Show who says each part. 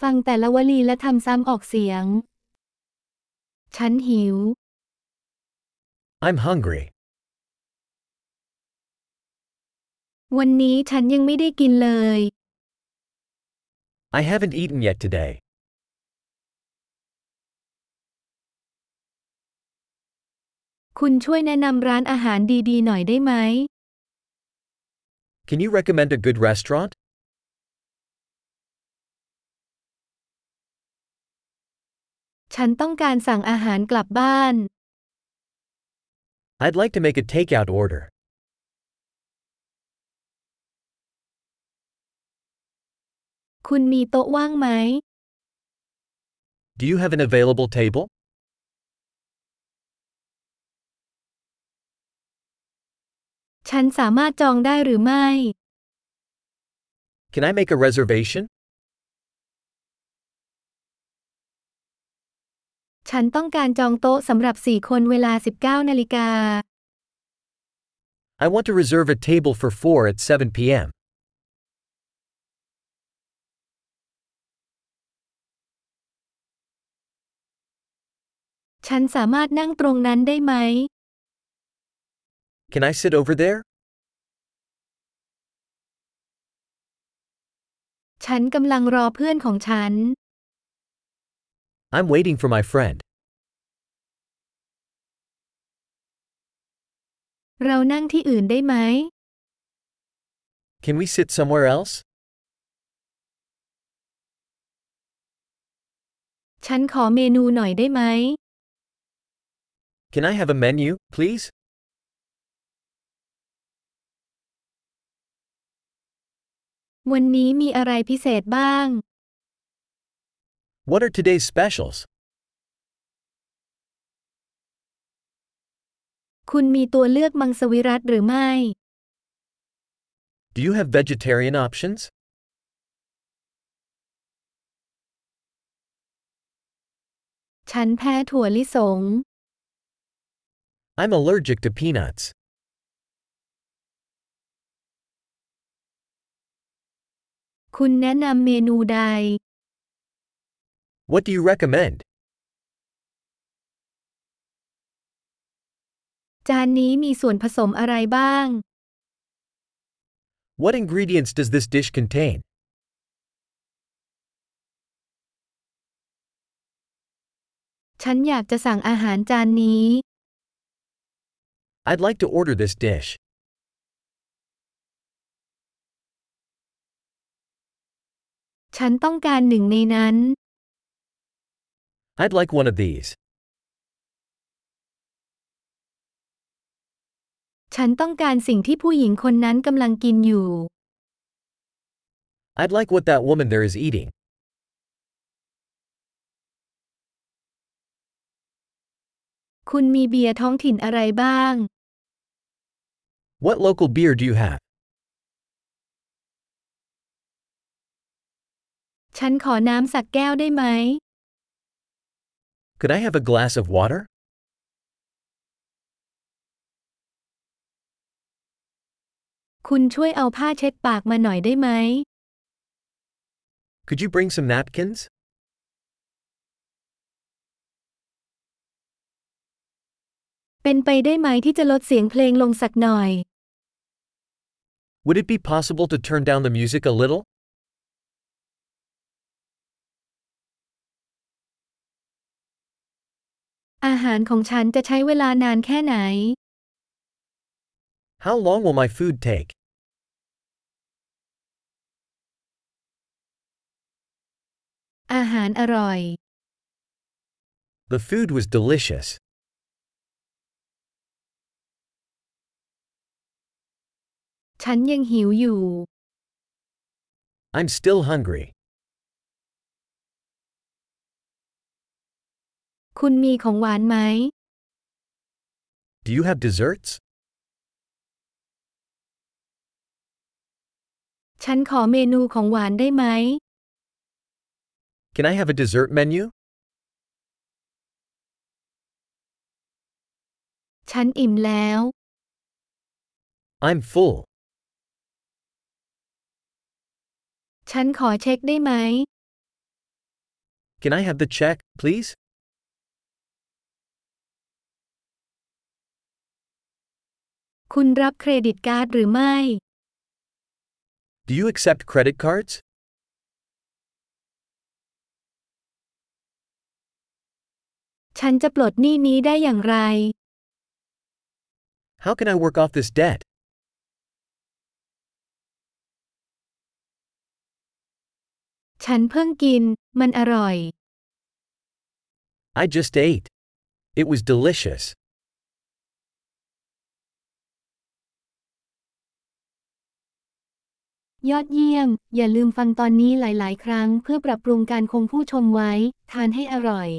Speaker 1: ฟังแต่ละวลีและทำซ้ำออกเสียง ฉันหิว
Speaker 2: I'm hungry.
Speaker 1: วันนี้ฉันยังไม่ได้กินเลย
Speaker 2: I haven't eaten yet today.
Speaker 1: คุณช่วยแนะนำร้านอาหารดีๆ หน่อยได้ไหม
Speaker 2: Can you recommend a good restaurant?
Speaker 1: ฉันต้องการสั่งอาหารกลับบ้าน
Speaker 2: I'd like to make a takeout order.
Speaker 1: คุณมีโต๊ะว่างไหม
Speaker 2: Do you have an available table?
Speaker 1: ฉันสามารถจองได้หรือไม่
Speaker 2: Can I make a reservation?
Speaker 1: ฉันต้องการจองโต๊ะสำหรับ 4 คนเวลา 19นาฬิกา
Speaker 2: I want to reserve a table for 4 at 7 p.m.
Speaker 1: ฉันสามารถนั่งตรงนั้นได้ไหม
Speaker 2: Can I sit over there?
Speaker 1: ฉันกำลังรอเพื่อนของฉัน
Speaker 2: I'm waiting for my friend.
Speaker 1: เรานั่งที่อื่นได้ไหม
Speaker 2: Can we sit somewhere else?
Speaker 1: ฉันขอเมนูหน่อยได้ไหม
Speaker 2: Can I have a menu, please?
Speaker 1: วันนี้มีอะไรพิเศษบ้าง
Speaker 2: What are today's specials?
Speaker 1: คุณมีตัวเลือกมังสวิรัตหรือไม่
Speaker 2: Do you have vegetarian options?
Speaker 1: ฉันแพ้ถั่วลิสง
Speaker 2: I'm allergic to peanuts.
Speaker 1: คุณแนะนำเมนูใด
Speaker 2: What do you recommend?
Speaker 1: จานนี้มีส่วนผสมอะไรบ้าง
Speaker 2: What ingredients does this dish contain?
Speaker 1: ฉันอยากจะสั่งอาหารจานนี้
Speaker 2: I'd like to order this dish.
Speaker 1: ฉันต้องการหนึ่งในนั้น
Speaker 2: I'd like one of these.
Speaker 1: ฉันต้องการสิ่งที่ผู้หญิงคนนั้นกำลังกินอยู่
Speaker 2: I'd like what that woman there is eating.
Speaker 1: คุณมีเบียร์ท้องถิ่นอะไรบ้าง
Speaker 2: What local beer do you have?
Speaker 1: ฉันขอน้ำสักแก้วได้ไหม
Speaker 2: Could I have a glass of water?
Speaker 1: คุณช่วยเอาผ้าเช็ดปากมาหน่อยได้ไหม
Speaker 2: Could you bring some napkins?
Speaker 1: เป็นไปได้ไหมที่จะลดเสียงเพลงลงสักหน่อย
Speaker 2: Would it be possible to turn down the music a little?
Speaker 1: อาหารของฉันจะใช้เวลานานแค่ไหน
Speaker 2: How long will my food take?
Speaker 1: อาหารอร่อย
Speaker 2: The food was delicious.
Speaker 1: ฉันยังหิวอยู่
Speaker 2: I'm still hungry.
Speaker 1: คุณมีของหวานไหม
Speaker 2: Do you have desserts?
Speaker 1: ฉันขอเมนูของหวานได้ไหม
Speaker 2: Can I have a dessert menu?
Speaker 1: ฉันอิ่มแล้ว
Speaker 2: I'm full.
Speaker 1: ฉันขอเช็คได้ไหม
Speaker 2: Can I have the check, please?
Speaker 1: คุณรับเครดิตการ์ดหรือไม่
Speaker 2: Do you accept credit cards?
Speaker 1: ฉันจะปลดหนี้นี้ได้อย่างไร
Speaker 2: How can I work off this debt?
Speaker 1: ฉันเพิ่งกิน มันอร่อย
Speaker 2: I just ate. It was delicious.
Speaker 1: ยอดเยี่ยม อย่าลืมฟังตอนนี้หลาย ๆ ครั้งเพื่อปรับปรุงการคงผู้ชมไว้ ทานให้อร่อย